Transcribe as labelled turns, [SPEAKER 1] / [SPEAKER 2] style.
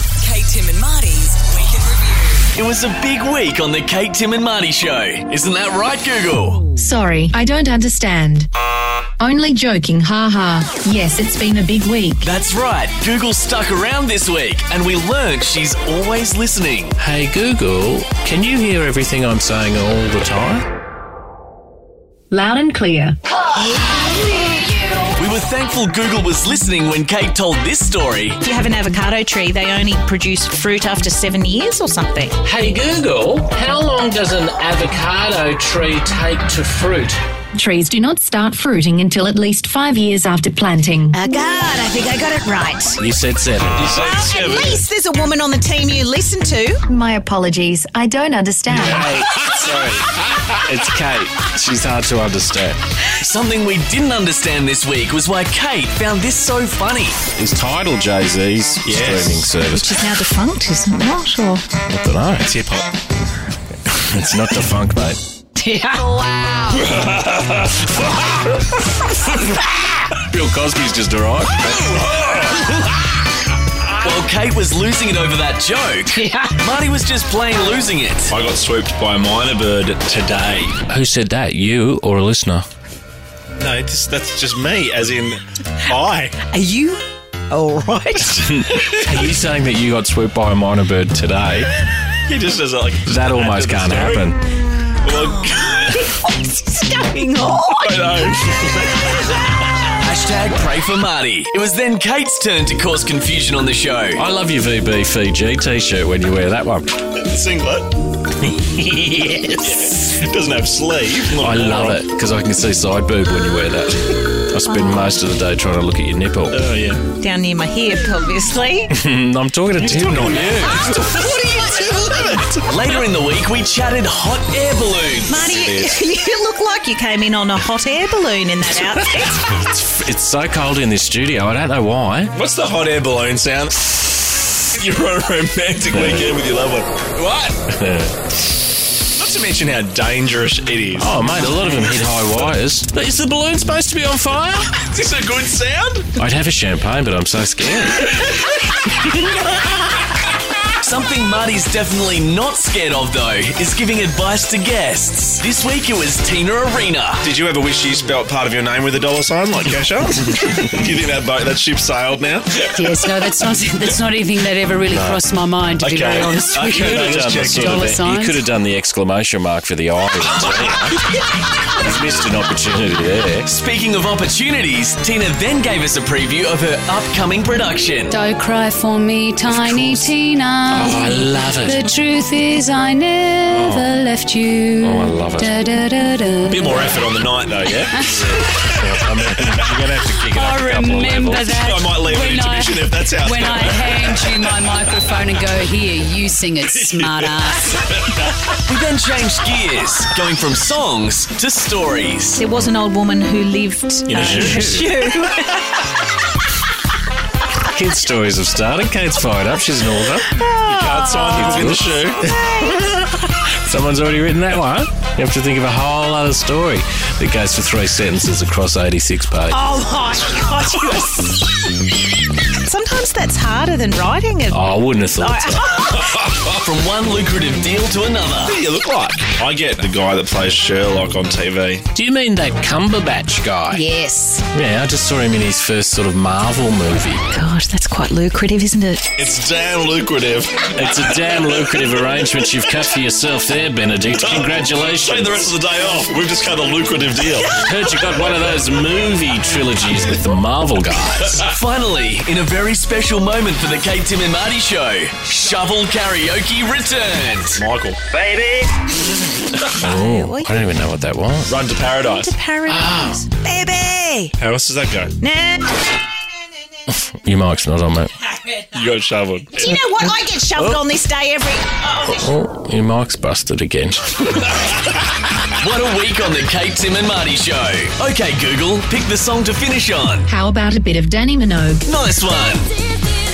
[SPEAKER 1] Kate, Tim, and Marty's Week in Review.
[SPEAKER 2] It was a big week on the Kate, Tim, and Marty show. Isn't that right, Google?
[SPEAKER 3] Sorry, I don't understand. Only joking, haha. Yes, it's been a big week.
[SPEAKER 2] That's right. Google stuck around this week, and we learned she's always listening.
[SPEAKER 4] Hey Google, can you hear everything I'm saying all the time?
[SPEAKER 3] Loud and clear.
[SPEAKER 2] We were thankful Google was listening when Kate told this story.
[SPEAKER 5] If you have an avocado tree, they only produce fruit after seven years or something.
[SPEAKER 4] Hey Google, how long does an avocado tree take to fruit?
[SPEAKER 3] Trees do not start fruiting until at least five years after planting.
[SPEAKER 5] Oh, God, I think I got it right.
[SPEAKER 4] You said seven.
[SPEAKER 5] At least there's a woman on the team you listen to.
[SPEAKER 3] My apologies, I don't understand.
[SPEAKER 4] Hey, sorry. It's Kate. She's hard to understand.
[SPEAKER 2] Something we didn't understand this week was why Kate found this so funny.
[SPEAKER 6] Is Tidal Jay Z's streaming service?
[SPEAKER 5] She's now defunct, isn't it? Or...
[SPEAKER 6] I don't know. It's hip hop. it's not defunct, mate. Bill Cosby's just arrived.
[SPEAKER 2] While Kate was losing it over that joke, Marty was just plain losing it.
[SPEAKER 6] I got swooped by a minor bird today.
[SPEAKER 4] Who said that? You or a listener?
[SPEAKER 6] No, it's, that's just me, as in I.
[SPEAKER 5] Are you all right?
[SPEAKER 4] Are you saying that you got swooped by a minor bird today?
[SPEAKER 6] He just does it like
[SPEAKER 4] That almost
[SPEAKER 6] Add to
[SPEAKER 4] can't
[SPEAKER 6] the story.
[SPEAKER 4] happen.
[SPEAKER 6] Well,
[SPEAKER 5] What's going on?
[SPEAKER 6] I know.
[SPEAKER 2] Hashtag pray for Marty. It was then Kate's turn to cause confusion on the show.
[SPEAKER 4] I love your VB Fiji t-shirt when you wear that one.
[SPEAKER 6] Singlet. yes. Doesn't have sleeve.
[SPEAKER 4] I love it because I can see side boob when you wear that. I spend most of the day trying to look at your nipple. Mm,
[SPEAKER 6] Oh yeah.
[SPEAKER 5] Down near my hip, obviously.
[SPEAKER 4] I'm talking to Tim, not you.
[SPEAKER 6] What are you doing?
[SPEAKER 2] Later in the week, we chatted hot air balloons.
[SPEAKER 5] Marty, you, you look like you came in on a hot air balloon in that outfit.
[SPEAKER 4] It's, it's so cold in this studio. I don't know why.
[SPEAKER 6] What's the hot air balloon sound? You're on a romantic weekend with your loved one. What? Not to mention how dangerous it is.
[SPEAKER 4] Oh, mate, a lot of them hit high wires. Is the balloon supposed to be on fire?
[SPEAKER 6] Is this a good sound?
[SPEAKER 4] I'd have a champagne, but I'm so scared.
[SPEAKER 2] Something Marty's definitely not scared of, though, is giving advice to guests. This week it was Tina Arena.
[SPEAKER 6] Did you ever wish you spelt part of your name with a dollar sign like Gasher? Do you think that boat, that ship sailed now?
[SPEAKER 7] Yes, no, that's not that's not anything that ever really crossed my mind. To be
[SPEAKER 6] Okay.
[SPEAKER 7] very honest with
[SPEAKER 6] Okay,
[SPEAKER 7] you,
[SPEAKER 6] no, just
[SPEAKER 4] the
[SPEAKER 6] checking.
[SPEAKER 4] sort
[SPEAKER 7] Dollar
[SPEAKER 4] of, you
[SPEAKER 7] signs.
[SPEAKER 4] could have done the exclamation mark for the eye. You've missed an opportunity there.
[SPEAKER 2] Speaking of opportunities, Tina then gave us a preview of her upcoming production.
[SPEAKER 7] Don't cry for me, tiny Tina.
[SPEAKER 4] Oh, I love
[SPEAKER 7] the
[SPEAKER 4] it.
[SPEAKER 7] truth is, I never left you.
[SPEAKER 4] Oh, I love it.
[SPEAKER 7] Da, da, da, da.
[SPEAKER 6] bit more effort on the night though, yeah?
[SPEAKER 4] I mean, you're gonna have to kick it up
[SPEAKER 7] I
[SPEAKER 4] a couple of
[SPEAKER 7] remember
[SPEAKER 4] levels.
[SPEAKER 7] that.
[SPEAKER 6] I might leave an
[SPEAKER 7] when I-
[SPEAKER 6] intermission if that's how it's
[SPEAKER 7] When
[SPEAKER 6] going.
[SPEAKER 7] I hand you my microphone and go, here, you sing it, smart ass.
[SPEAKER 2] We then changed gears, going from songs to stories.
[SPEAKER 5] there was an old woman who lived uh, in
[SPEAKER 6] a shoe.
[SPEAKER 4] Kids' stories have started. Kate's fired up. She's an author.
[SPEAKER 6] Hard sign that's in the shoe.
[SPEAKER 4] Oh, Someone's already written that one. You have to think of a whole other story that goes for three sentences across 86 pages.
[SPEAKER 5] Oh my god, you are s- Sometimes that's harder than writing it.
[SPEAKER 4] Oh, I wouldn't have thought so.
[SPEAKER 2] From one lucrative deal to another.
[SPEAKER 6] What do you look like? I get the guy that plays Sherlock on TV.
[SPEAKER 4] Do you mean that Cumberbatch guy?
[SPEAKER 7] Yes.
[SPEAKER 4] Yeah, I just saw him in his first sort of Marvel movie.
[SPEAKER 5] Gosh, that's quite lucrative, isn't it?
[SPEAKER 6] It's damn lucrative.
[SPEAKER 4] It's a damn lucrative arrangement you've cut for yourself there, Benedict.
[SPEAKER 6] Take
[SPEAKER 4] Congratulations.
[SPEAKER 6] the rest of the day off. We've just cut a lucrative deal.
[SPEAKER 4] Heard you got one of those movie trilogies with the Marvel guys.
[SPEAKER 2] Finally, in a very special moment for the Kate, Tim, and Marty show, Shovel Karaoke returned.
[SPEAKER 6] Michael,
[SPEAKER 4] Oh, I don't even know what that was.
[SPEAKER 6] run to paradise.
[SPEAKER 5] Paradise. Baby!
[SPEAKER 6] How else does that go?
[SPEAKER 5] Nah.
[SPEAKER 4] Your mic's not on, mate.
[SPEAKER 6] You got shoveled.
[SPEAKER 5] Do you know what? I get shoved on this day every. Oh,
[SPEAKER 4] Oh, your mic's busted again.
[SPEAKER 2] What a week on the Kate, Tim, and Marty show. Okay, Google, pick the song to finish on.
[SPEAKER 3] How about a bit of Danny Minogue?
[SPEAKER 2] Nice one.
[SPEAKER 8] If you oh,